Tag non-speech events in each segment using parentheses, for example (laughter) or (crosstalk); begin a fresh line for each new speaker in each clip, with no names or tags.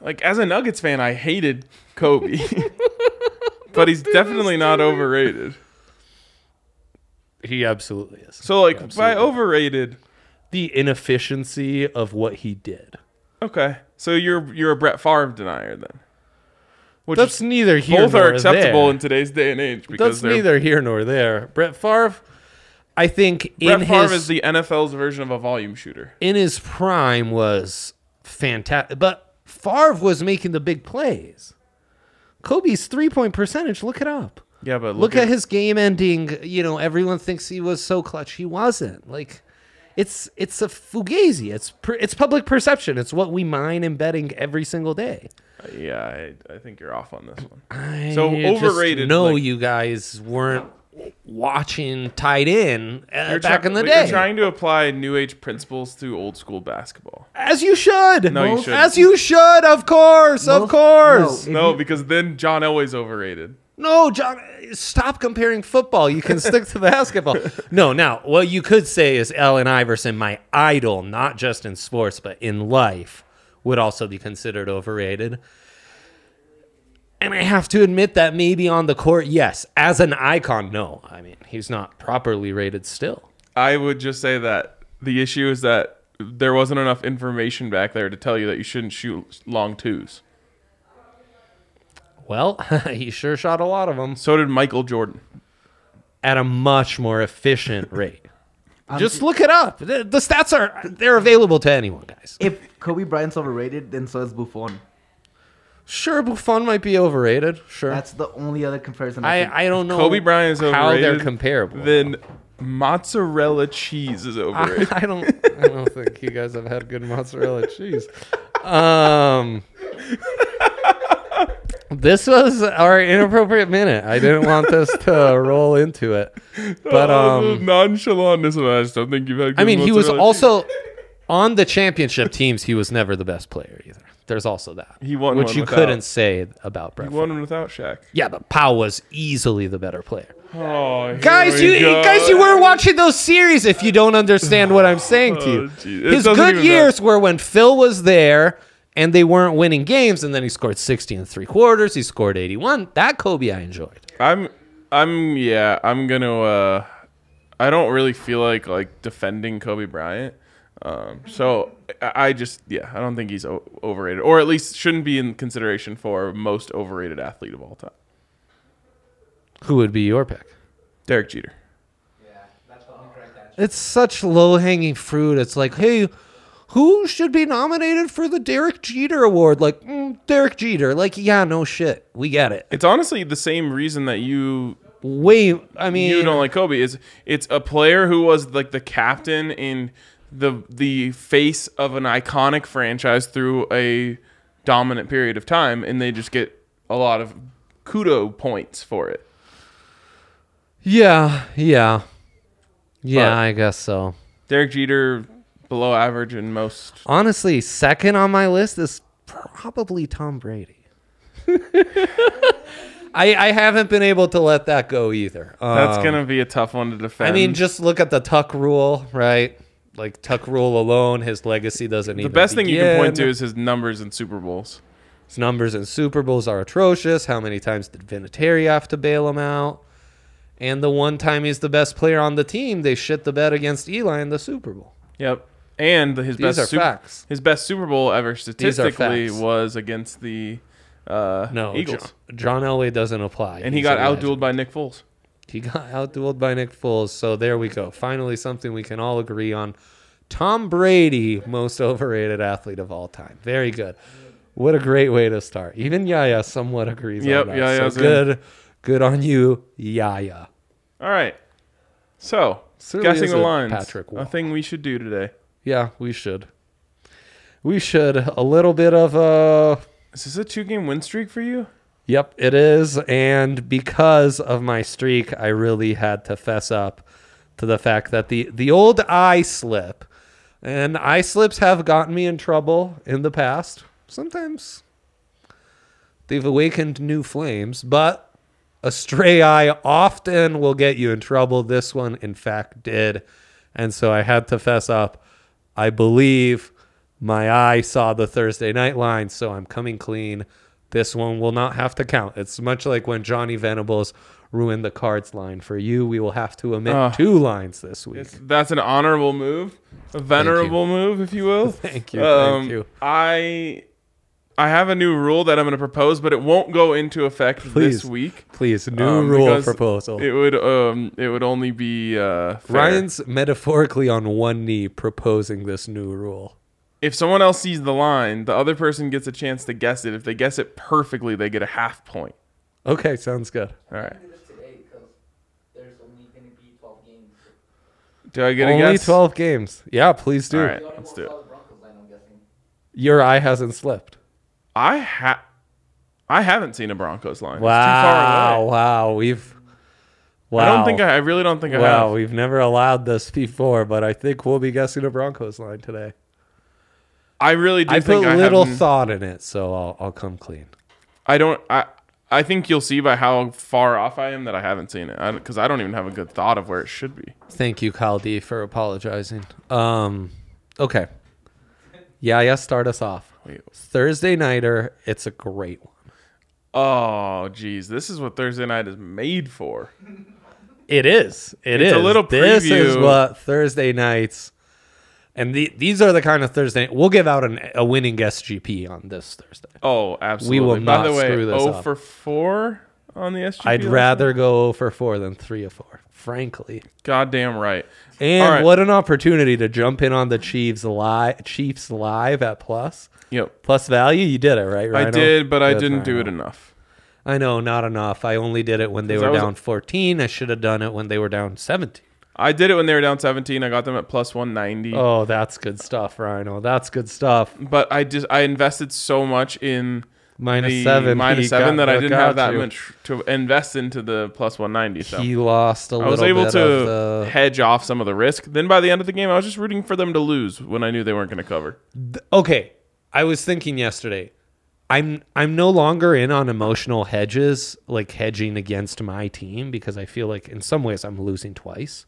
Like as a Nuggets fan, I hated Kobe. (laughs) but he's definitely not overrated.
He absolutely is.
So like by
Absolutely.
overrated,
the inefficiency of what he did.
okay. So you're you're a Brett Favre denier then. Which
That's neither here
both
nor
are acceptable
there.
in today's day and age because
That's
they're
neither here nor there. Brett Favre, I think in
Brett Favre
his
is the NFL's version of a volume shooter.
in his prime was fantastic, but Favre was making the big plays. Kobe's three point percentage, look it up.
Yeah, but
Look at his game ending. You know, everyone thinks he was so clutch. He wasn't. Like, it's it's a fugazi. It's per, it's public perception. It's what we mine in betting every single day.
Yeah, I, I think you're off on this one.
I
So overrated,
No,
like-
you guys weren't watching tied in uh,
You're
back
try-
in the
but
day,
You're trying to apply new age principles to old school basketball.
as you should.
No, you shouldn't.
as you should. Of course, of
Most-
course.
no, If
No,
you-
because then John Elway's overrated.
No, John, stop comparing football. You can stick to (laughs) the basketball. No, now, what you could say is Allen Iverson, my idol, not just in sports, but in life, would also be considered overrated. And I have to admit that maybe on the court, yes. As an icon, no. I mean, he's not properly rated still.
I would just say that the issue is that there wasn't enough information back there to tell you that you shouldn't shoot long twos.
Well, (laughs) he sure shot a lot of them
So did Michael Jordan.
at a much more efficient rate. just look it up. The, the stats are they're available to anyone, guys.
If Kobe Bryant's overrated, then so is Buffon.
Sure, Buffon might be overrated. Sure.
That's the only other comparison. I, can-
I, I don't know.
Kobe Bryant is overrated.
how they're comparable.
Then mozzarella cheese is (laughs)
I,
overrated.
(laughs) I don't. I don't think you guys have had good mozzarella cheese. Um, this was our inappropriate minute. I didn't want this
(laughs)
to roll into it, but
Oh, the
um,
nonchalantness of that. I just don't think you've had. Good
I mean, he was
mozzarella
also on the championship teams. He was never the best player either. There's also that.
He won
which
one
you
without-
couldn't say about Brett.
cheese.
Favre.
One without Shaq.
Yeah, but Powell was easily the better player.
Oh, here
Guys,
we
you
go.
guys, you were watching those series. If you don't understand what I'm saying to
Oh,
you,
gee. It
his
doesn't
good
even
years were when Phil was there and they weren't winning games, and then he scored 60 and three quarters. He scored 81. That Kobe I enjoyed.
I'm I'm yeah, I'm going to uh I don't really feel like like defending Kobe Bryant. Um so I I just yeah, I don't think he's o- overrated or at least shouldn't be in consideration for most overrated athlete of all time.
Who would be your pick?
Derek Jeter.
It's such low hanging fruit. It's like, hey, who should be nominated for the Derek Jeter Award? Like, mm, Derek Jeter. Like, yeah, no shit. We get it.
It's honestly the same reason that you
Way, I mean,
you don't like Kobe is it's a player who was like the captain in the the face of an iconic franchise through a dominant period of time and they just get a lot of kudo points for it.
Yeah, yeah, yeah.
But-
I guess so.
Derek Jeter below average in most.
Honestly, second on my list is probably Tom Brady. (laughs) I I haven't been able to let that go either.
That's
Um,
gonna be a tough one to defend.
I mean, just look at the Tuck rule, right? Like Tuck rule alone, his legacy doesn't
the
even.
best thing you can point to
begin.
is his numbers in Super Bowls.
His numbers in Super Bowls are atrocious. How many times did Vinatieri have to bail him out? And the one time he's the best player on the team, they shit the bed against Eli in the Super Bowl.
Yep. And his
These
best
are facts.
his best Super Bowl ever statistically
facts.
was against the uh,
No,
Eagles,
John, John Elway doesn't apply.
and he
He's
got
a
outdueled
legend.
by Nick Foles.
He got outdueled by Nick Foles. So there we go. Finally, something we can all agree on. Tom Brady, most overrated athlete of all time. Very good. What a great way to start. Even Yaya somewhat agrees
Yep,
on that.
Yaya's
so
in.
good, good on you, Yaya.
All right. So,
Certainly
guessing
is
the
a
lines,
Patrick Wall.
a thing we should do today.
Yeah, we should. We should a little bit of uh
Is this a two-game win streak for you?
yep, it is and because of my streak, I really had to fess up to the fact that the the old eye slip and eye slips have gotten me in trouble in the past. Sometimes they've awakened new flames, but a stray eye often will get you in trouble. This one, in fact, did. And so I had to fess up. I believe my eye saw the Thursday night line, so I'm coming clean. This one will not have to count. It's much like when Johnny Venables ruined the cards line for you. We will have to omit
Ah.
two lines this week.
It's, that's an honorable move, a venerable move, if you will.
(laughs)
Um,
Thank you, thank you.
I I have a new rule that I'm going to propose, but it won't go into effect
Please.
this week.
Please, new
um,
rule
because
proposal.
It would um it would only be uh, fair.
Ryan's metaphorically on one knee proposing this new rule.
If someone else sees the line, the other person gets a chance to guess it. If they guess it perfectly, they get a half point.
Okay, sounds good.
All right.
End of today because there's only going to be 12 games.
Do I get
Only
a guess?
12 games. Yeah, please do.
All right,
You already
let's
both
do it.
saw the Broncos line, I'm guessing.
Your eye hasn't slipped.
I ha I haven't seen a Broncos line. It's too far
Wow,
away.
wow. We've wow.
I don't think I, I really don't think I
Wow,
have.
we've never allowed this before, but I think we'll be guessing a Broncos line today.
I really do
I put
think I
little
haven't-
thought in it, so I'll, I'll come clean.
I don't. I I think you'll see by how far off I am that I haven't seen it because I, don't even have a good thought of where it should be.
Thank you, Kyle D, for apologizing. Um, okay. Yeah, yeah, start us off.
Wait.
Thursday nighter, it's a great one.
Oh, geez, this is what Thursday night is made for.
It is.
It's
it's
a little
This is
preview.
what Thursday nights, and the, these are the kind of Thursday. We'll give out an, a winning SGP on this Thursday.
Oh, absolutely.
will
by the
not
way,
screw this
0
up.
for four on the SGP.
I'd
last
rather
night?
go for four than three or four, frankly.
Goddamn right.
And
All right.
what an opportunity to jump in on the Chiefs live, Chiefs live at plus
Yep.
plus value. You did it right,
I
Rhino?
did, but I
Good,
didn't do
Rhino.
it enough.
I know, not enough. I only did it when they
'Cause I
were
was-
down 14. I should have done it when they were down 17.
I did it when they were down 17. I got them at plus 190.
Oh, that's good stuff, Rhino. That's good stuff.
But I just I invested so much in
Minus
the
seven.
minus
he
seven
got-
that I didn't
got
have that
you.
much to invest into the plus 190. So
He lost a
I
little
was able
bit
to
of the.
hedge off some of the risk. Then by the end of the game, I was just rooting for them to lose when I knew they weren't going to cover.
Okay, I was thinking yesterday. I'm I'm no longer in on emotional hedges, like hedging against my team because I feel like in some ways I'm losing twice.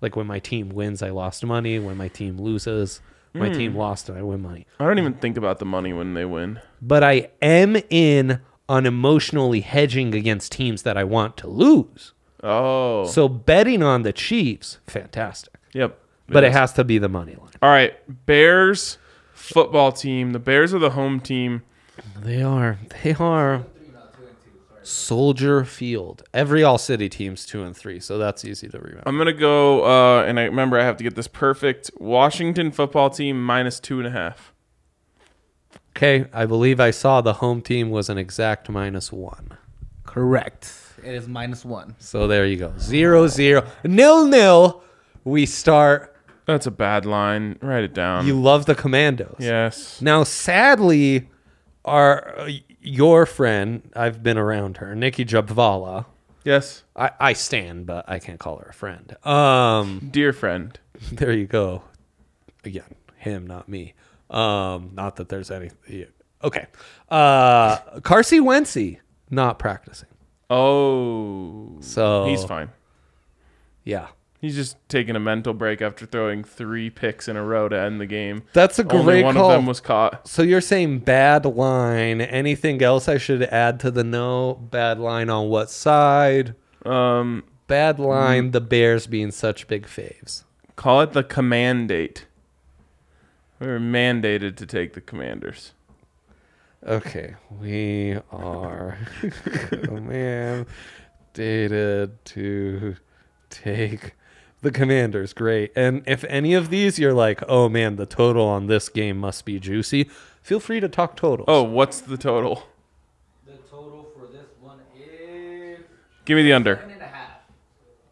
Like when my team wins, I lost money. When my team loses, my team lost and I win money.
I don't even think about the money when they win.
But I am in on emotionally hedging against teams that I want to lose.
Oh,
So betting on the Chiefs, fantastic.
yep.
But it
is.
has to be the money line.
All right, Bears football team. The Bears are the home team.
They are. They are. Soldier Field. Every All City team's two and three, so that's easy to remember.
I'm gonna go, uh, and I remember I have to get this perfect. Washington football team minus two and a half.
Okay, I believe I saw the home team was an exact minus one.
Correct. It is minus one.
So there you go. Zero zero nil nil. We start.
That's a bad line. Write it down.
You love the Commandos.
yes.
Now, sadly, our your friend, I've been around her, Nikki Jabvala,
Yes,
I, I stand, but I can't call her a friend. Um,
dear friend.
there you go. Again, him, not me. Um, not that there's any. yeah. Okay. Uh, Carsey Wency not practicing.
Oh,
So
he's fine.
Yeah.
He's just taking a mental break after throwing three picks in a row to end the game.
That's a
Only
great
one
call.
of them was caught.
So you're saying bad line. Anything else I should add to the no? Bad line on what side?
Um,
Bad line, the Bears being such big faves.
call it the command date. We were mandated to take the commanders.
Okay, we are (laughs) command dated to take the commanders. Great. And if any of these you're like, oh man, the total on this game must be juicy, feel free to talk totals.
Oh, what's the total?
The total for this one is
Give me the under.
ten and a half.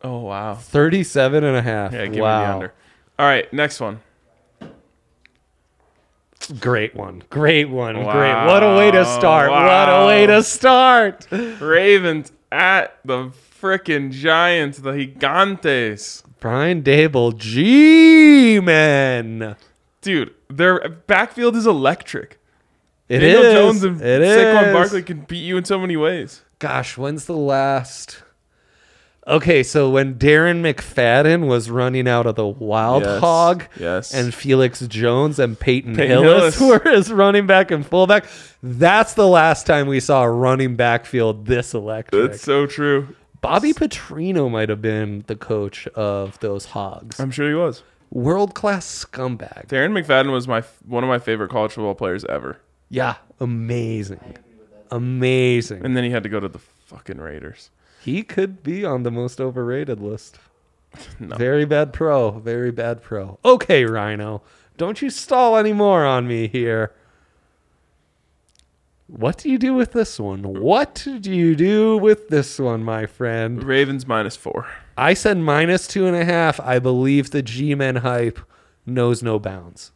Oh wow.
37 and a half.
Yeah, give me the
wow.
under. All right, next one.
Great one. Great one. Great. What a way to start. What a way
Wow.
to start.
Ravens at the frickin' Giants, the Gigantes.
Brian Dable, G man.
Dude, their backfield is electric.
It is.
Daniel Jones and
It
Saquon
is.
Barkley can beat you in so many ways.
Gosh, when's the last? Okay, so when Darren McFadden was running out of the Wild
Yes,
Hog,
yes.
and Felix Jones and Peyton,
Peyton
Hillis,
Hillis.
(laughs) were his running back and fullback, that's the last time we saw a running backfield this electric.
That's so true.
Bobby Petrino might have been the coach of those Hogs.
I'm sure he was.
World class scumbag.
Darren McFadden was my one of my favorite college football players ever.
Yeah, amazing, amazing.
And then he had to go to the fucking Raiders.
He could be on the most overrated list.
No.
Very bad pro. Very bad pro. Okay, Rhino. Don't you stall anymore on me here. What do you do with this one? What do you do with this one, my friend?
Ravens minus four.
I said minus two and a half. I believe the G Men hype knows no bounds.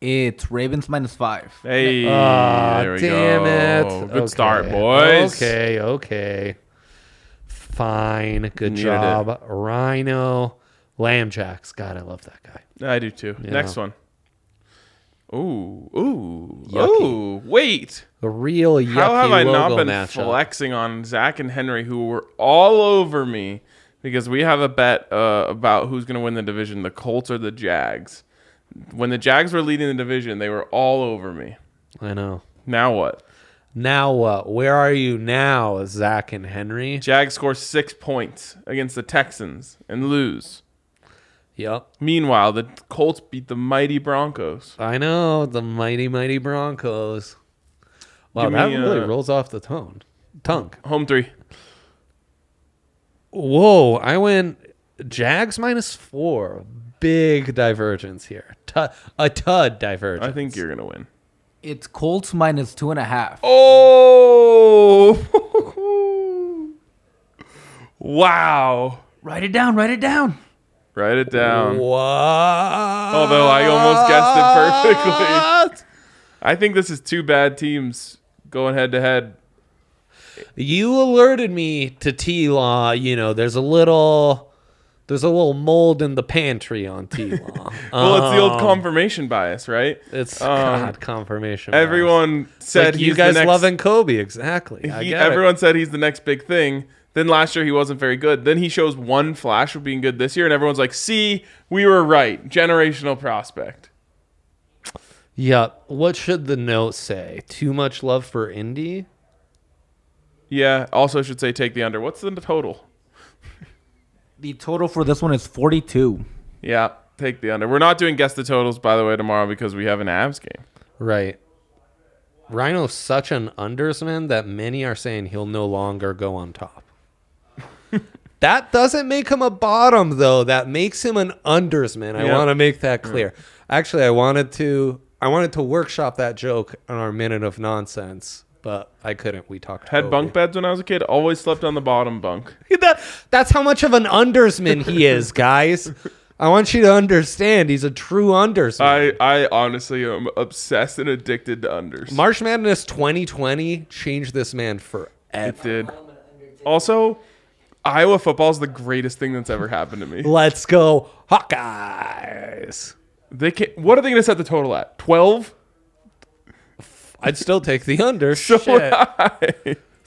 It's Ravens minus five.
Hey,
Ah,
there we
damn
go.
it.
Good start,
Okay.
boys.
Okay, okay. Fine. Good
Needed it.
job. Rhino. Lamb Jacks. God, I love that guy.
I do too.
Yeah.
Next one. Ooh, ooh,
Yucky.
ooh! Wait,
The real yucky
how have I not
logo
been
matchup.
flexing on Zach and Henry, who were all over me because we have a bet uh, about who's going to win the division: the Colts or the Jags. When the Jags were leading the division, they were all over me.
I know.
Now what?
Now what? Where are you now, Zach and Henry?
Jags score six points against the Texans and lose.
Yep.
Meanwhile, the Colts beat the mighty Broncos.
I know. The mighty, mighty Broncos. Wow,
Give
that
me,
really
uh,
rolls off the tongue. Tongue.
Home three.
Whoa, I went Jags minus four. Big divergence here. Tu- a tud
I
divergence.
think you're gonna win.
It's Colts minus two and a half.
Oh. (laughs) wow.
Write it down. Write it down.
Write it down.
Wow.
Although I almost guessed it perfectly. I think this is two bad teams going head to head.
(laughs) You alerted me to T Law. You know, there's a little, there's a little mold in the pantry on T Law.
(laughs) Well, it's the
Oh.
old confirmation bias, right?
it's
um,
God confirmation. bias.
Everyone
It's like
said
you
he's
guys
the next,
loving Kobe exactly.
(laughs)
I
he-
get it.
everyone said he's the next big thing. Then last year he wasn't very good. Then he shows one flash of being good this year, and everyone's like, "See, we were right. Generational prospect."
Yeah. What should the note say? Too much love for Indy.
Yeah. Also, should say take the under. What's the total?
The total for this one is 42.
Yeah, take the under. We're not doing guess the totals by the way tomorrow because we have an Avs game.
Right. Rhino's such an undersman that many are saying he'll no longer go on
(laughs)
top. that doesn't make him a bottom, though. That makes him an undersman. I
Yeah.
want to make that clear. Actually, I wanted to I wanted to workshop that joke on our minute of nonsense, but I couldn't. We talked.
Had
Kobe.
bunk beds when I was a kid. Always slept on the bottom bunk.
That- that's how much of an undersman he
(laughs)
is, guys. I want you to understand. He's a true undersman.
I I honestly am obsessed and addicted to unders.
March Madness 2020 changed this man forever.
it did. Also, Iowa football is the greatest thing that's ever happened to me.
Let's go, Hawkeyes.
They can not What are they going to set the total at? Twelve.
I'd still take the (laughs) under.
So
Shit.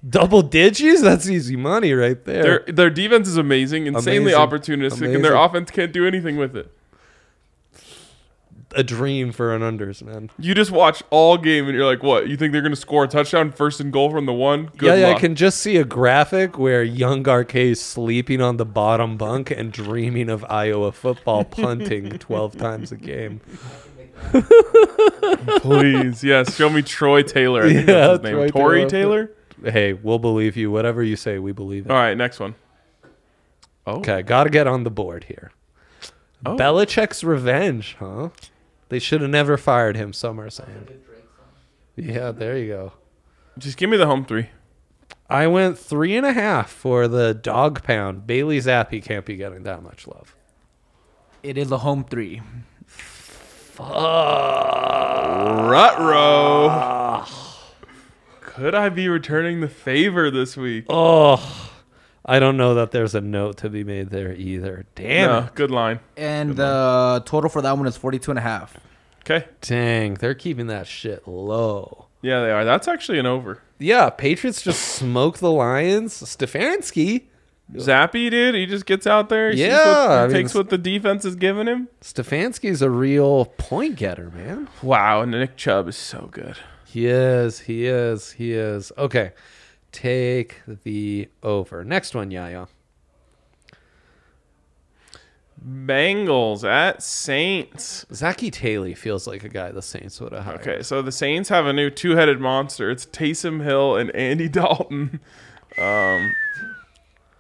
Double digits? That's easy money right there.
Their their defense is amazing, insanely
Amazing.
opportunistic, and their
Amazing.
offense can't do anything with it.
a dream for an unders, man.
You just watch all game and you're like, what? You think they're going to score a touchdown first and goal from the one? Good
yeah, yeah,
luck.
I can just see a graphic where young Garque is sleeping on the bottom bunk and dreaming of Iowa football (laughs) punting 12 times a game.
Please, yes. Show me Troy Taylor. I think
Yeah,
that's his name.
Troy
Tory Taylor?
Taylor. Hey, we'll believe you. Whatever you say, we believe it.
All right, next one. Oh,
Okay, got to get on the board here.
Oh.
Belichick's revenge, huh? They should have never fired him, some are saying. Yeah, there you go.
just give me the home three.
I went three and a half for the dog pound. Bailey Zappi can't be getting that much love.
It is a home three.
Rut row.
Ah.
Could I be returning the favor this week?
Oh, I don't know that there's a note to be made there either. Damn.
no,
it.
good line.
And the total for that one is 42 and a half.
Okay.
Dang, they're keeping that shit low.
Yeah, they are. That's actually an over.
Yeah, Patriots just smoke the Lions. Stefanski.
Zappy, dude, he just gets out there. He sees
Yeah,
what- he
I mean,
takes
it's-
what the defense is giving him.
Stefanski's a real point getter, man.
Wow, and Nick Chubb is so good.
He is, he is, he is. Okay. Take the over. Next one, Yaya.
Bengals at Saints.
Zachy Taylor feels like a guy the Saints would have hired.
Okay, so the Saints have a new two-headed monster. It's Taysom Hill and Andy (laughs) Dalton. Um,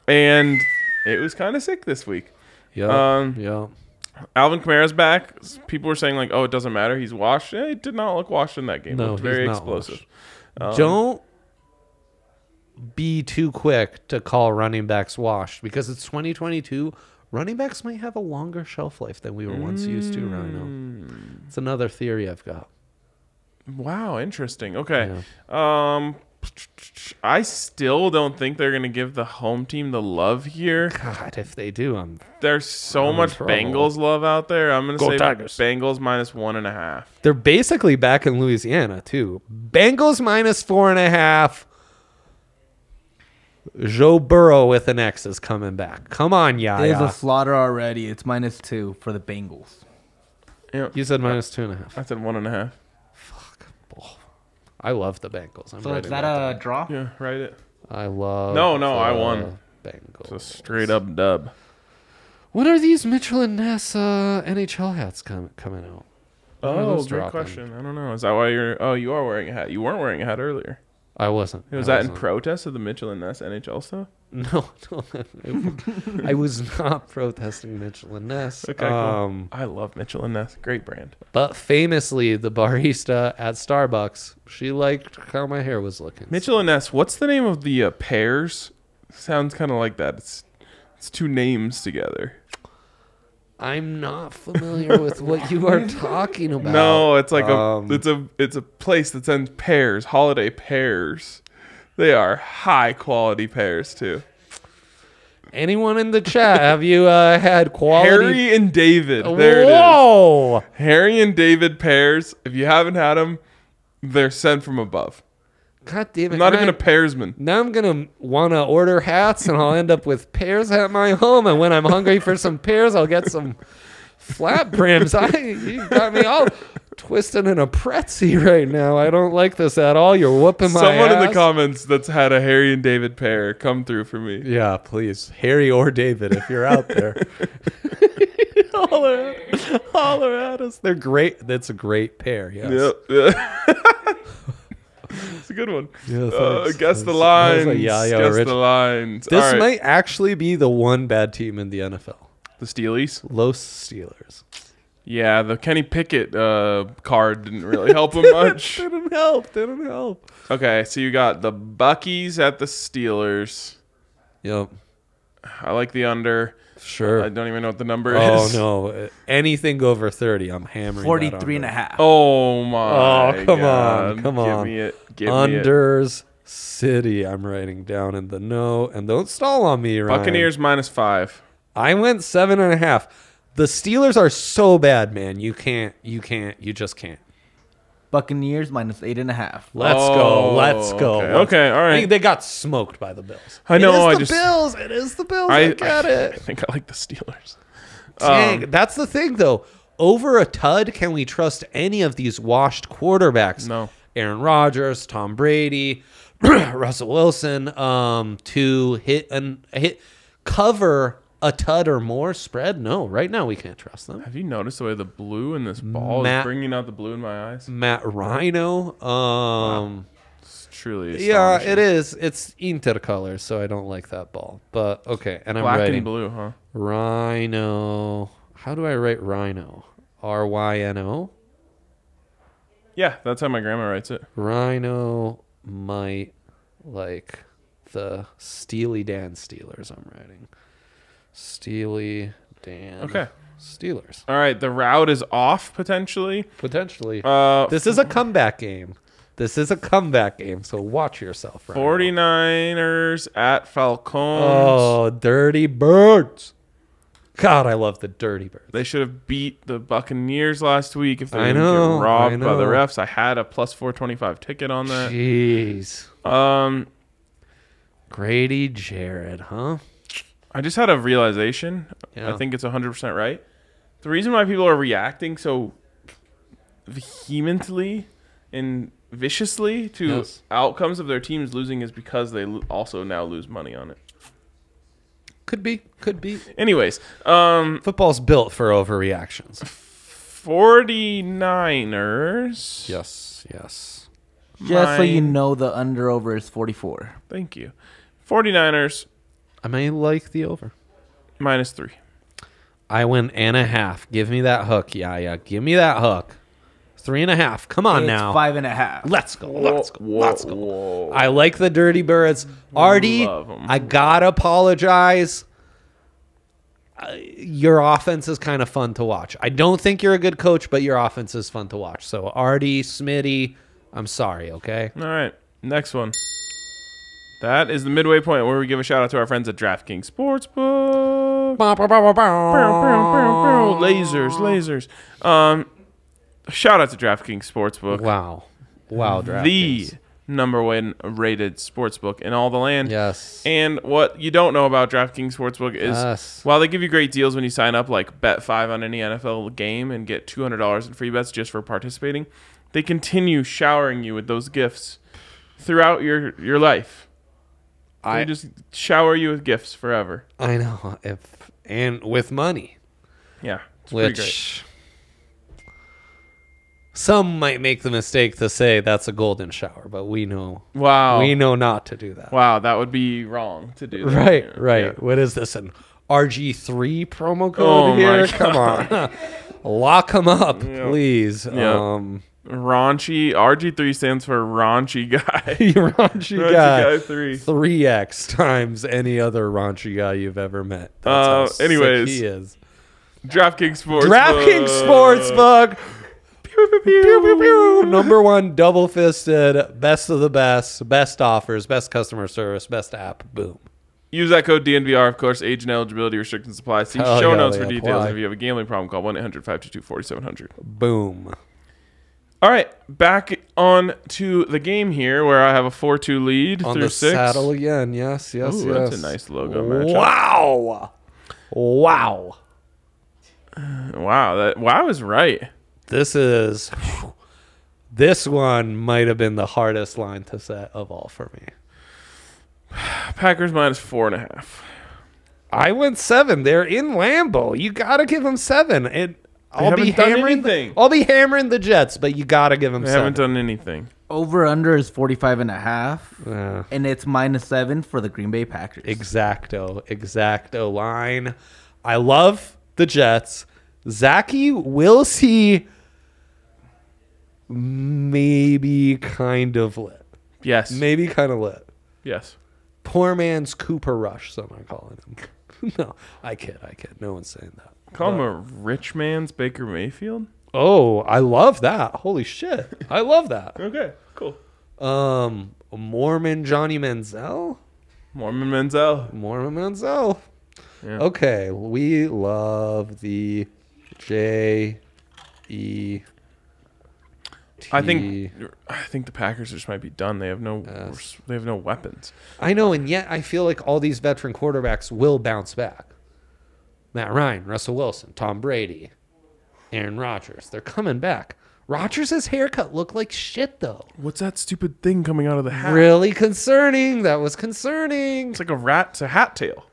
and it was kind of sick this week.
Yeah.
Um,
yeah.
Alvin Kamara's back. S- People were saying like, "Oh, it doesn't matter. He's washed." Eh, it did not look washed in that game.
No,
Looked
he's
very
not
explosive. um,
Don't be too quick to call running backs washed because it's 2022. Running backs might have a longer shelf life than we were once used to,
Mm.
Rhino. It's another theory I've got.
Hmm. Wow, interesting. Okay. Um I still don't think they're going to give the home team the love here.
God, if they do, I'm
There's so
in
much
trouble.
Bengals love out there. I'm going to
Go
say
Tigers.
Bengals minus one and a half.
They're basically back in Louisiana too. Bengals minus four and a half. Joe Burrow with an X is coming back. Come on,
There's a
Yaya.
slaughter already. It's minus two for the Bengals.
Yeah,
You said minus two and a half.
I said one and a half.
I love the Bengals. I'm
So is
writing
that
that
a draw?
Yeah, right it.
down. I love.
No, no, I
the
won. It's
Bengals.
a straight up dub.
When are these Mitchell and Ness uh, NHL hats com- coming out? When are
Oh,
those
great
dropping?
question. I don't know. Is that why you're Oh, you are wearing a hat. You weren't wearing a hat earlier.
I wasn't.
Was
I
that in
wasn't.
protest of the Mitchell and Ness NHL stuff?
(laughs) No, no. it- (laughs) I was not protesting Mitchell and Ness.
Okay, cool.
Um,
I love Mitchell and Ness. Great brand.
But famously, the barista at Starbucks, she liked how my hair was looking.
Mitchell and Ness. What's the name of the uh, pairs? Sounds kind of like that. It's it's two names together.
I'm not familiar with what
(laughs)
you are talking about.
No, it's like
Um,
a it's a it's a place that sends pears, holiday pears. They are high quality pears too.
anyone in the chat. Have you uh, had quality?
Harry and David. There it
Whoa!
is. Harry and David pears. If you haven't had them, they're sent from above.
God damn it!
I'm not
now
even a
I-
pearsman.
Now I'm gonna wanna order hats, and I'll end up with pears at my home. And when I'm hungry for some pears, I'll get some flat brims. I you got me all twisted in a pretzy right now. I don't like this at all. You're whooping my
Someone in the
ass.
comments that's had a Harry and David pear come through for me.
Yeah, please. Harry or David, if you're
(laughs)
out there. holler, holler at us. They're great. That's a great pair. Yes.
Yep. (laughs) it's a good one.
Yeah,
uh,
thanks.
guess the
That was- that was
lines.
like
guess
Yaya
the
original.
lines.
This
All right.
might actually be the one bad team in the NFL.
the Steelies.
Los Steelers.
Yeah, the Kenny Pickett uh, card didn't really help
(laughs)
him much.
Didn't help. Didn't help.
Okay, so you got the Buckies at the Steelers.
Yep.
I like the under.
Sure.
I don't even know what the number
oh
is.
no. Uh, Anything over 30, I'm hammering.
43 and a
half.
half.
Oh my.
Oh, come
God.
on, come
Give
on.
me it. Give me it.
Unders, City, I'm writing down in the no. And don't stall on me, Ryan.
Buccaneers minus five.
I went seven and a half. The Steelers are so bad, man. You can't, you can't, you just can't.
Buccaneers minus eight and a half.
Let's
Oh,
go. Let's go.
okay. Okay, all right.
They, they got smoked by the Bills.
I
It
know,
is
I
the
just-
Bills. It is the Bills. I,
I,
get
I- I (laughs)
it.
think I like the Steelers. um,
Dang, that's the thing, though. Over a tud, can we trust any of these washed quarterbacks?
No.
Aaron Rodgers, Tom Brady, (clears throat) Russell Wilson, um, to hit and hit cover a tud or more spread. No, right now we can't trust them.
Have you noticed the way the blue in this ball
Matt-
is bringing out the blue in my eyes?
Matt Rhino. Um,
It's truly
Yeah,
astonishing.
it is. It's intercolor, so I don't like that ball. But okay, and I'm
Black
writing
and blue, huh?
rhino. How do I write rhino? R Y N O.
Yeah, that's how my grandma writes it.
Rhino might like the Steely Dan Steelers. I'm writing Steely Dan.
Okay.
Steelers
All right, the route is off potentially.
potentially.
Uh, (laughs)
this is a comeback game. This is a comeback game, so watch yourself. Rhino.
49ers at Falcons.
Oh, dirty birds. God, I love the dirty birds.
They should have beat the Buccaneers last week if they
I
didn't
know,
get robbed
I
by the
know.
refs. I had a plus 425 ticket on that.
Jeez.
Um,
Grady Jarrett, huh?
I just had a realization.
Yeah.
I think it's 100% right. The reason why people are reacting so vehemently and viciously to
Yes.
outcomes of their teams losing is because they lo- also now lose money on it.
Could be. Could be.
Anyways, um
Football's built for overreactions.
49ers.
Yes, yes.
Just so you
Mine-
know, the under over is 44.
Thank you. 49ers
I may like the over.
minus 3.
I went and a half. Give me that hook, yeah, yeah. Give me that hook. Three and a half. Come on
it's
now.
five and a half.
Let's go. Let's go.
Whoa,
let's go.
whoa.
I like the Dirty Birds. Artie,
Love 'em.
I gotta apologize. Uh, Your offense is kind of fun to watch. I don't think you're a good coach, but your offense is fun to watch. So Artie, Smitty, I'm sorry. Okay,
All right, next one. That is the midway point where we give a shout out to our friends at DraftKings Sportsbook. Lasers, lasers. Um, shout out to DraftKings Sportsbook,
wow, wow, draft
the number one rated sportsbook in all the land.
yes,
And what you don't know about DraftKings Sportsbook is
Yes.
while they give you great deals when you sign up, like bet five on any NFL game and get $200 in free bets just for participating, they continue showering you with those gifts throughout your, your life. They
I
just shower you with gifts forever.
I know if and with money,
Yeah. It's pretty great.
which some might make the mistake to say that's a golden shower, but we know
Wow.
we know not to do that.
Wow, that would be wrong to do that.
Right,
Yeah.
right.
Yeah.
What is this? An RG3 promo code
Oh my
here?
(laughs)
Come on. Lock him up, please. Um,
Raunchy RG3 stands for raunchy
(laughs)
guy.
you raunchy,
(laughs) Raunchy
guy.
guy three.
3x times any other raunchy guy you've ever met. That's how
Uh,
sick
anyways.
he is.
DraftKings Sportsbook.
DraftKings Sportsbook. Pew, pew, pew. Number one, double fisted, best of the best, best offers, best customer service, best app. Boom.
Use that code DNVR, of course. Age and eligibility restrictions apply. See
Hell
show
yeah,
notes
they
for details.
apply.
If you have a gambling problem, call 1 800 522 4700.
Boom.
All right, back on to the game here where I have a 4 2 lead
on
through
the
six.
saddle again. Yes, yes,
Ooh,
yes.
that's a nice logo matchup.
Wow, wow.
Wow, that wow is right.
This is this one might have been the hardest line to set of all for me.
Packers minus four and a half.
I went seven. They're in Lambo. You gotta give them seven. And I'll be
haven't done
hammering. The,
anything.
I'll be hammering the Jets, but you gotta give them
They
seven.
haven't done anything.
Over under is 45 and a half.
Yeah.
And it's minus seven for the Green Bay Packers.
Exacto, exacto line. I love the Jets. Zachy will see maybe kind of lit.
Yes.
Maybe kind of lit.
Yes.
Poor man's Cooper Rush, some are calling him. (laughs) no, I kid, I kid. No one's saying that.
Call him a rich man's Baker Mayfield.
Oh, I love that. Holy shit. I love that.
Okay, cool.
Um, Mormon Johnny Manziel.
Mormon Menzel.
Mormon Manziel.
Yeah.
Okay, we love the J E.
I
T.
think I think the Packers just might be done. They have no they have no weapons.
I know, and yet I feel like all these veteran quarterbacks will bounce back. Matt Ryan, Russell Wilson, Tom Brady, Aaron Rodgers. They're coming back. Rodgers' haircut looked like shit, though.
What's that stupid thing coming out of the hat?
Really concerning. That was concerning.
It's like a rat. It's a hat tail.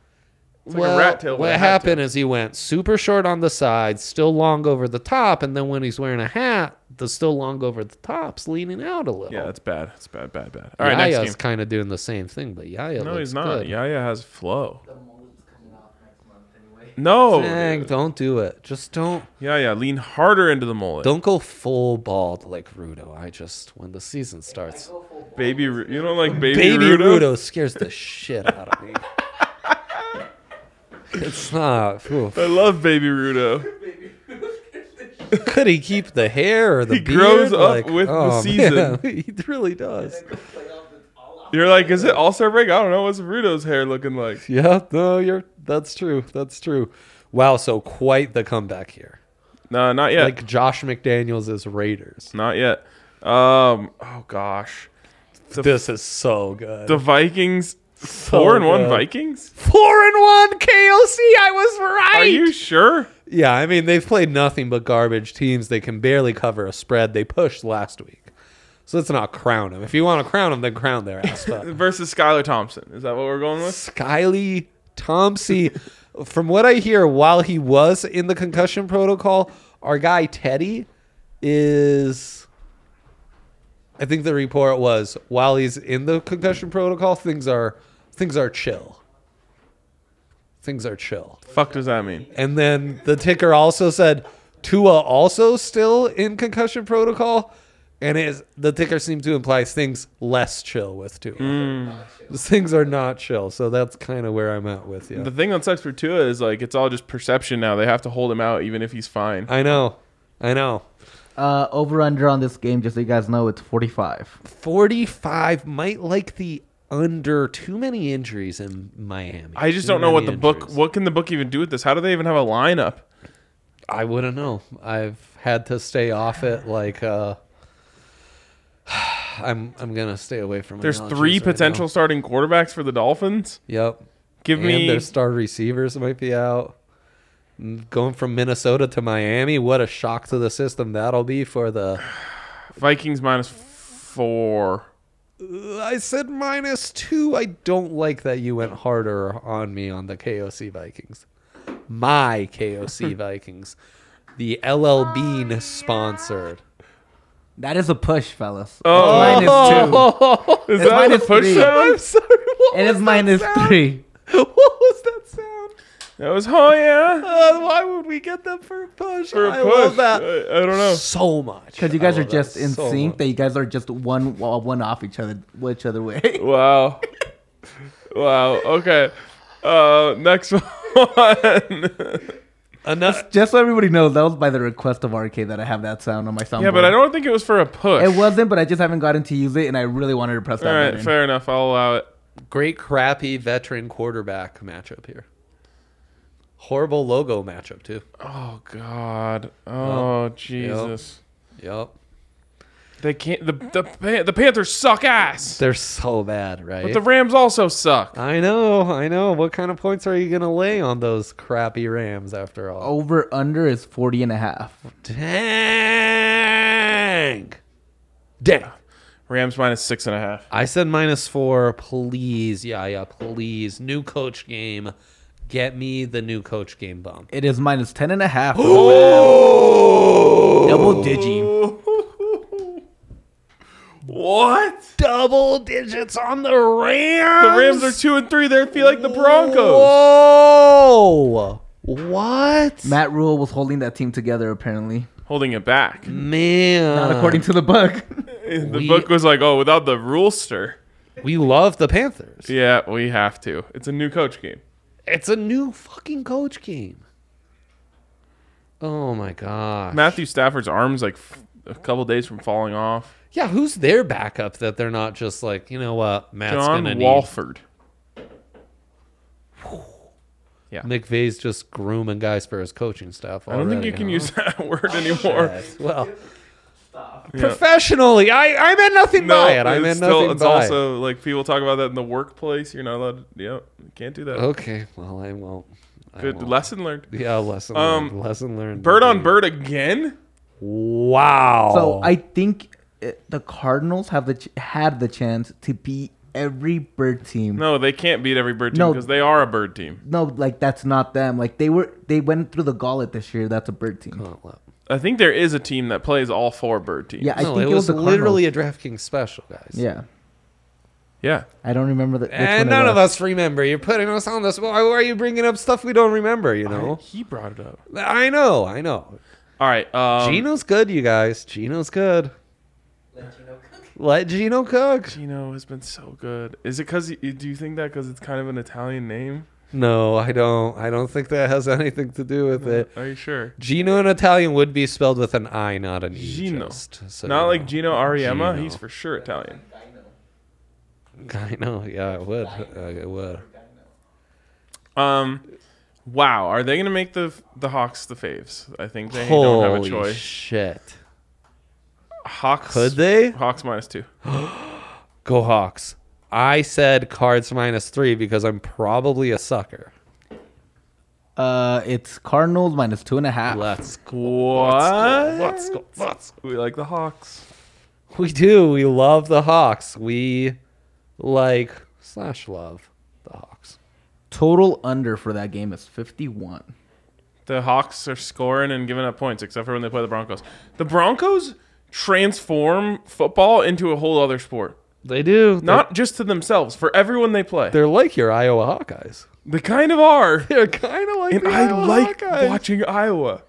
It's like
well,
a rat tail. with
what
a hat
happened is he went super short on the sides, still long over the top, and then when he's wearing a hat, the still long over the top's leaning out a little.
Tail. Yeah, that's bad. That's bad, bad, bad. All right, next
Oh. Yaya's
game.
kind of doing the same thing, but Yaya
No,
looks
he's not.
good.
Yaya has flow.
The mold's coming off next month anyway.
(laughs) No.
Dang,
dude.
don't do it. Just don't.
Yaya, lean harder into the mullet.
Don't go full bald like Rudo. I just when the season starts,
Baby, Ru- you don't like baby,
baby
Rudo?
Rudo? scares the shit out
(laughs)
of me. It's not. oof.
I love baby Rudo.
Could he keep the hair or the
He
beard?
grows up
Like,
with the
oh,
season.
man, (laughs) he really does.
Playoffs, it's all off.
You're like, is it All Star break? I don't know. What's Rudo's hair looking like?
Yeah, no, you're. That's true. That's true. Wow, so quite the comeback here.
No, not yet.
Like Josh McDaniels is Raiders.
not yet. Um. Oh gosh,
this is so good.
the Vikings.
So
Four and one
good.
Vikings.
Four and one KOC. I was right.
Are you sure?
Yeah, I mean they've played nothing but garbage teams. They can barely cover a spread. They pushed last week, so let's not crown them. If you want to crown them, then crown their ass
(laughs)
up.
Versus Skylar Thompson. Is that what we're going with?
Skyly Thompson. From what I hear, while he was in the concussion protocol, our guy Teddy is. I think the report was while he's in the concussion protocol, things are things are chill. Things are chill.
Fuck does that mean?
And then the ticker also said Tua also still in concussion protocol. And it is, the ticker seemed to imply things less chill with Tua.
Mm.
Things are not chill. So that's kind of where I'm at with you.
The thing that sucks for Tua is like it's all just perception now. They have to hold him out even if he's fine.
I know. I know.
Uh, over under on this game, just so you guys know, it's 45.
45 might like the under too many injuries in Miami.
I just
Too
don't know what
many
the book.
injuries.
What can the book even do with this? How do they even have a lineup?
I wouldn't know. I've had to stay off it. Like, uh, (sighs) I'm I'm gonna stay away from.
There's
analogies
three
right now.
potential starting quarterbacks for the Dolphins.
Yep.
Give
and
me
their star receivers might be out. Mm, Going from Minnesota to Miami, what a shock to the system that'll be for the.
Vikings minus four.
I said minus two. I don't like that you went harder on me on the KOC Vikings. My
(laughs)
KOC Vikings, the LL Bean sponsored.
That is a push, fellas.
Oh.
It's minus
(laughs)
two.
Is
It's
that a
minus
push
three.
sound? (laughs)
Sorry, what
It
was
is
that
minus
sound?
three.
What was that sound?
That was oh yeah
Uh, why would we get them for a push?
for a
I
push.
love that.
I, I don't know.
so much
Because you guys
I
Oh,
are
love that
just in
so
sync,
much.
that you guys are just one one off each other, each other way. (laughs)
Wow. wow. Okay. Uh, next (laughs) one.
Enough.
just so everybody knows, that was by the request of RK that I have that sound on my soundboard.
yeah, but I don't think it was for a push.
It wasn't, but I just haven't gotten to use it, and I really wanted to press that
All right.
button.
Fair enough. I'll allow it.
Great crappy veteran quarterback matchup here. Horrible logo matchup too.
Oh God. Oh Jesus.
Yep.
They can't. The the Pan- the Panthers suck ass.
They're so bad, right?
But the Rams also suck.
I know, I know. What kind of points are you gonna lay on those crappy Rams after
Oh.
all?
Over under is 40 and a half.
dang. Dang.
Rams minus six and a half.
I said minus four. Please, yeah, yeah, please. New coach game. Get me the new coach game bump.
It is minus 10 and a
(gasps)
half. Double digi.
What?
Double digits on the Rams.
The Rams are two and three. They feel like the Broncos.
Whoa! What?
Matt Rule was holding that team together, apparently.
Holding it back.
Man,
Not according to the book.
The
Mm, we-
book was like, oh, without the rulester.
we love the Panthers.
Yeah, we have to. It's a new coach game.
It's a new fucking coach game. Oh my god.
Matthew Stafford's arms like f- a couple days from falling off.
Yeah, who's their backup that they're not just like, you know what, Matt's gonna
John Walford.
need McVay's just grooming guys for his coaching staff.
I don't think you can use that (laughs) word anymore.
(laughs) well. Professionally, I I meant nothing by it. I
it's
meant
still-
nothing
It's
by it.
also like people talk about that in the workplace. You're not allowed. To, yeah, you can't do that.
Okay, well I won't. I
Good
won't.
lesson learned.
Yeah, lesson
Um,
learned. Lesson learned.
Bird on
indeed.
bird again.
Wow.
(laughs) So
I.
I think uh, the Cardinals have the ch- had the chance to beat every bird team.
No, they can't beat every bird team
No.
because they are a bird team.
No, like that's not them. Like they were, they went through the gauntlet this year. That's a bird team.
I think there is a team that plays all four bird teams.
Yeah, I
no,
think
it was
the Cardinals.
literally a DraftKings special, guys.
Yeah,
yeah.
I don't remember the. Which
And
one it
Eh, none of
was.
us remember. You're putting us on this. Why why are you bringing up stuff we don't remember? You know.
He brought it up.
I, know. I know.
All right. Um,
Gino's good, you guys. Gino's good.
Let you know. cook.
Let Gino cook.
Gino has been so good. Is it because? Do you think that because it's kind of an Italian name?
No, I don't. I don't think that has (laughs) anything to do with it.
Are you sure?
Gino in Italian would be spelled with an I, not an E.
Gino.
just, so
Not
you
like
know.
Gino Ariema.
Gino.
He's for sure Italian.
(laughs) I know. Yeah, it would. Uh, it would.
Um, wow. Are they gonna make the the Hawks the faves? I think they don't have a
Holy
choice.
shit!
Hawks.
Could they?
Hawks minus two.
Go Hawks. I said cards minus three because I'm probably a sucker.
Uh, it's Cardinals minus two and a half.
Let's go.
What?
Let's go. Let's
We like the Hawks.
go. We do. We love the Hawks. We like slash love the Hawks.
Total under for that game is fifty-one.
The Hawks are scoring and giving up points, except for when they play the Broncos. The Broncos transform football into a whole other sport.
They do.
Not just to themselves, for everyone they play.
They're, they're like your Iowa Hawkeyes.
They kind of are.
They're kind of like.
And
the
I
Iowa
like
Hawkeyes.
watching Iowa.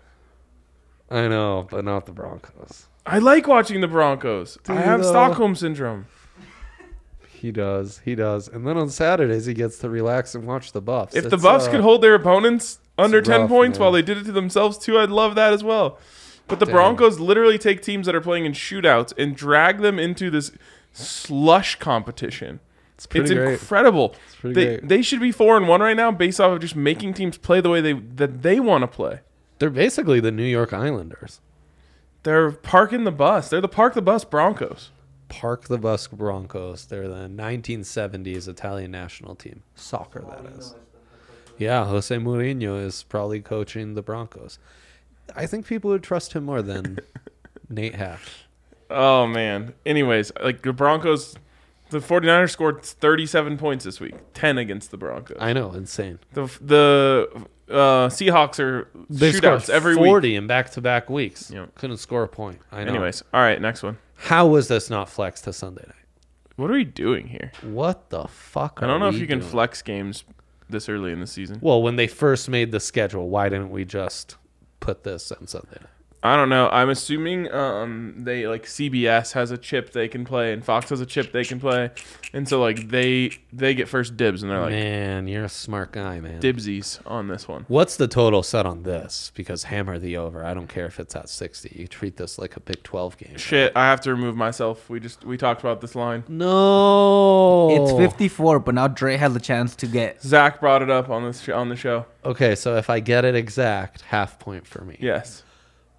I know, but not the Broncos.
I like watching the Broncos. I
Dude,
have
uh,
Stockholm syndrome.
He does. He does. And then on Saturdays, he gets to relax and watch the Buffs.
If the
It's,
Buffs
uh,
could hold their opponents under
rough,
10 points
man.
while they did it to themselves too, I'd love that as well. But the Broncos literally take teams that are playing in shootouts and drag them into this slush competition. It's,
pretty great.
incredible.
pretty
they,
great.
they should be 4 and 1 right now based off of just making teams play the way they that they want to play.
They're basically the New York Islanders.
They're parking the bus. They're the park the bus Broncos.
Park the Bus Broncos. They're the 1970s Italian national team. Soccer, that is. Yeah, Jose Mourinho is probably coaching the Broncos. I think people would trust him
(laughs)
more than Nate Hack.
Oh man. Anyways, like the Broncos the 49ers scored 37 points this week, 10 against the Broncos.
I know, insane.
The the uh, Seahawks are
They
shootouts
scored
every
40
week.
in back-to-back weeks.
Yep.
Couldn't score a point. I know.
Anyways, all right, next one.
how was this not flexed to Sunday night?
What are we doing here?
What the fuck?
I don't
are
know if
we
you can
doing?
flex games this early in the season.
Well, when they first made the schedule, why didn't we just put this on Sunday night?
I don't know. I'm assuming um, they like CBS has a chip they can play, and Fox has a chip they can play, and so like they they get first dibs, and they're like
man, you're a smart guy, man.
dibsies on this one.
What's the total set on this? Because hammer the over. I don't care if it's at 60. You treat this like a Big 12 game.
Shit, I have to remove myself. We just we talked about this line.
No.
It's fifty-four, but now Dre has a chance to get.
Zach brought it up on this sh- on the show.
Okay, so if I get it exact, half point for me.
Yes,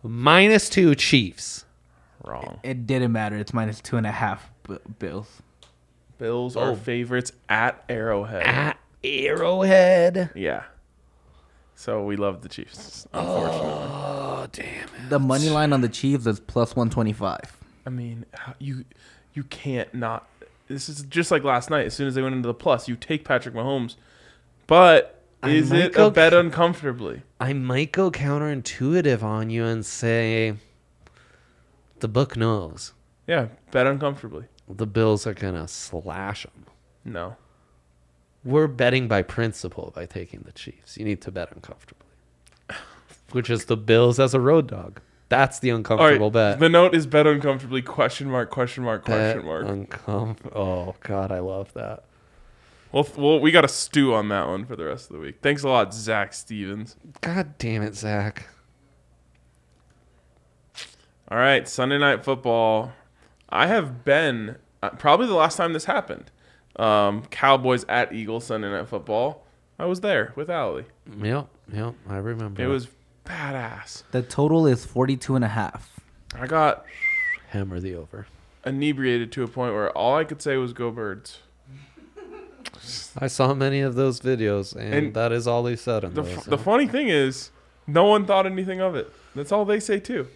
Minus two Chiefs.
wrong.
It didn't matter. It's minus two and a half. B- Bills.
Bills are favorites at Arrowhead.
Oh. At Arrowhead.
Yeah. So we love the Chiefs, unfortunately.
Oh, damn it.
The money line on the Chiefs is plus one twenty-five.
I mean, how- you you can't not. This is just like last night. As soon as they went into the plus, you take Patrick Mahomes, but
I
is
might
it
go-
a bet uncomfortably?
I might go counterintuitive on you and say the book knows
Yeah, bet uncomfortably.
the Bills are going to slash them.
No,
We're betting by principle by taking the Chiefs. You need to bet uncomfortably, which is the Bills as a road dog. That's the
all right.
uncomfortable bet.
The note is bet uncomfortably question mark question mark
Bet
question mark.
uncom- oh, God, I love that.
well, f- well, we got a stew on that one for the rest of the week. Thanks a lot, Zach Stevens.
God damn it, Zach.
All right, Sunday night football. I have been uh, probably the last time this happened. Um, Cowboys at Eagles Sunday night football. I was there with Allie.
Yep, yep, I remember.
It was badass.
The total is 42 and a half.
I got
hammer the over.
inebriated to a point where all I could say was "Go Birds."
I saw many of those videos, and,
And
that is all he said. On
The,
those.
f- the funny thing is, no one thought anything of it. That's all they say too.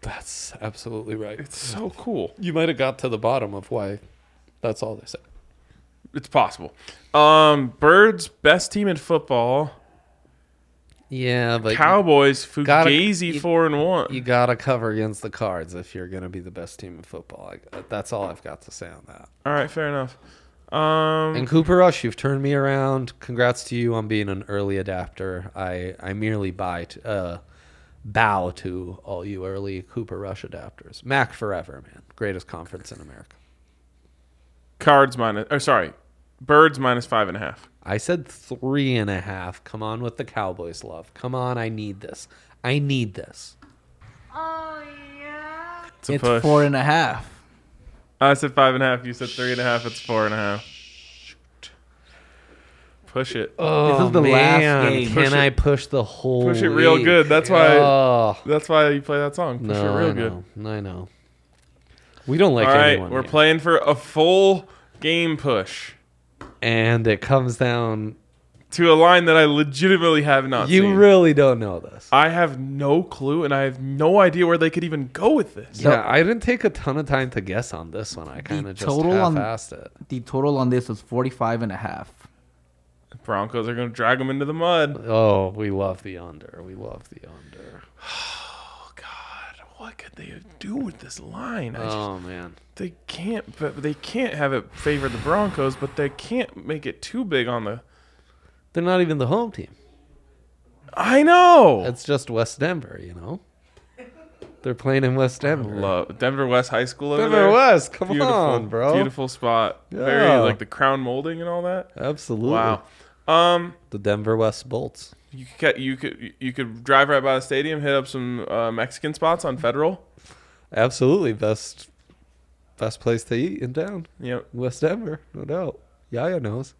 That's absolutely right.
It's so cool.
you might have got to the bottom of why. That's all they said.
It's possible. Um, Birds best team in football.
Yeah, but
Cowboys
gotta-
Fugazi
you-
four and
you,
one.
gotta cover against the cards if you're gonna be the best team in football. I, that's all I've got to say on that.
All right, fair enough. Um,
And Cooper Rush, you've turned me around. Congrats to you on being an early adapter. I, I merely buy t- uh, bow to all you early Cooper Rush adapters. Mac forever, man. Greatest conference in America.
Cards minus, or sorry, Birds minus five and a half.
I said three and a half. Come on with the Cowboys love. Come on, I need this. I need this.
It's a
it's
push.
four and a half.
I said five and a half. You said three and a half. It's four and a half. Push it.
Oh,
is the last game.
Can
Push
I
it-
push the whole
push it real
week?
good. That's why-
Oh,
That's why you play that song. Push
no,
it real
I
good.
know. I know. We don't like
All right,
anyone.
we're
here.
playing for a full game push
and it comes down.
to a line that I legitimately have not
You
seen.
really don't know this.
I have no clue, and I have no idea where they could even go with this.
yeah, I didn't take a ton of time to guess on this one. I kind of just
total on-
half-assed it.
The total on this is 45 and a half.
Broncos are going to drag them into the mud.
Oh, we love the under. We love the under.
Oh God, what could they do with this line? I just,
Oh man,
they can't. But they can't have it favor the Broncos, but they can't make it too big on the.
they're not even the home team.
I know.
It's just West Denver, you know. They're playing in West Denver.
Love Denver West High School over
Denver
there.
West, come
beautiful,
on, bro.
Beautiful spot.
Yeah.
Very like the crown molding and all that.
Absolutely.
Wow. Um,
The Denver West Bolts.
you could you could you could drive right by the stadium, hit up some uh, Mexican spots on Federal.
Absolutely best best place to eat in town.
Yep.
West Denver, no doubt. Yaya knows.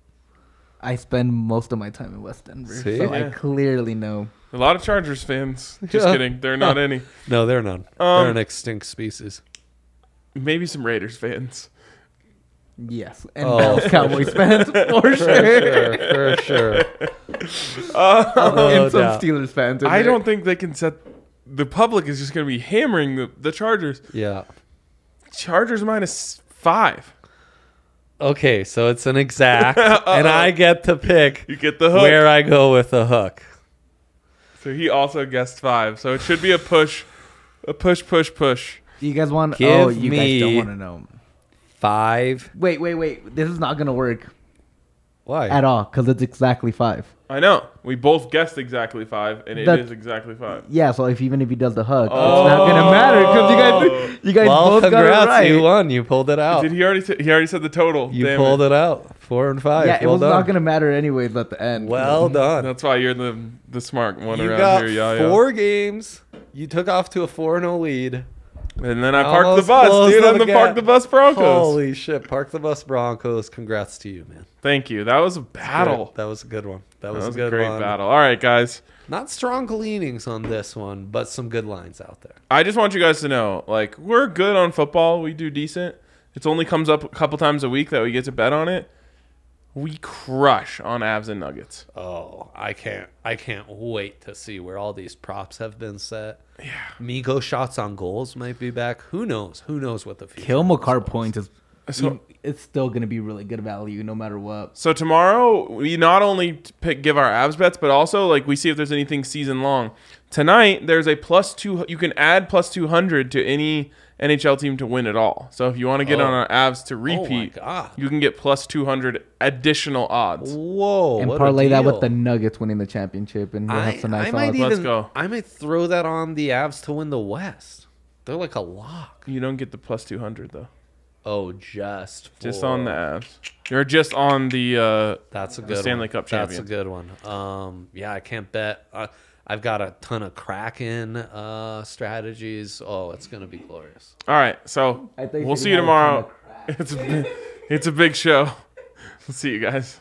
I spend most of my time in West Denver,
See?
so I
Yeah.
clearly know.
A lot of Chargers fans. Just
Yeah.
kidding. They're
(laughs)
not any.
No, they're none.
Um,
they're an
(laughs)
extinct species.
Maybe some Raiders fans.
Yes, and
Oh,
Dallas
for
Cowboys
(laughs)
fans for sure.
for sure.
(laughs) and some
doubt.
Steelers fans. in
I
there.
don't think they can set. The public is just going to be hammering the, the Chargers.
Yeah.
Chargers minus five.
Okay, so it's
(laughs)
an exact, and I get to pick
You get the hook.
where I go with the hook.
So he also guessed five. So it should be a push, a push, push, push.
You guys want?
Give
oh, you guys don't
me-
want to know.
Five.
Wait, wait, wait. This is not gonna work
Why?
at all because it's exactly five.
I know. We both guessed exactly five, and it is
That-
exactly five.
Yeah, so if even if he does the hug, it's not gonna matter because you guys, you guys
Oh. well,
both got it
congrats.
right.
You won. You pulled it out.
Did he already? T- he already said the total.
Oh. you
Damn
pulled it. out. Four and five.
yeah, it
well
was
done.
not gonna matter anyways at the end.
Well done.
That's why you're the the smart one
you
around
got
here, Yaya.
four games. You took off to a 4 0 lead.
And then I parked the
Almost
bus,
closed
dude.
on
I'm
the
the park
gap.
the bus Broncos.
Holy shit. Park the bus Broncos. Congrats to you, man.
Thank you. That was a battle.
Good. That was a good one. That
That
was,
was
a
a
good
great
one.
battle. All right, guys.
Not strong leanings on this one, but some good lines out there.
I just want you guys to know, like, we're good on football. We do decent. It's only comes up a couple times a week that we get to bet on it. We crush on abs and nuggets.
Oh, I can't I can't wait to see where all these props have been set. Yeah. Migo shots on goals might be back. Who knows? Who knows what the future
Kill
holds for
McCart
us.
points is
So-
it's still gonna be really good value no matter what.
So tomorrow we not only pick give our abs bets, but also like we see if there's anything season long. Tonight there's a plus two. You can add plus two hundred to any NHL team to win at all. So if you want to get
Oh.
on our abs to repeat,
God.
you can get plus two hundred additional odds.
Whoa.
And
what a
parlay that with the
deal.
Nuggets winning the championship, and we'll
I,
have some nice
I might
odds.
even
Let's go.
I might throw that on the Avs to win the West. They're like a lock.
You don't get the plus two hundred though.
Oh, just
Just
for-
on the abs. You're just on the. Uh,
That's a
The
good
Stanley
one.
Cup
That's a
champion.
good one. Um, yeah, I can't bet. Uh, I've got a ton of Kraken uh, strategies. Oh, it's gonna be glorious.
All right, so
I thought you
we'll
said
see
you
you (laughs)
had a ton
tomorrow. It's a, bi- it's a big show. We'll see you guys.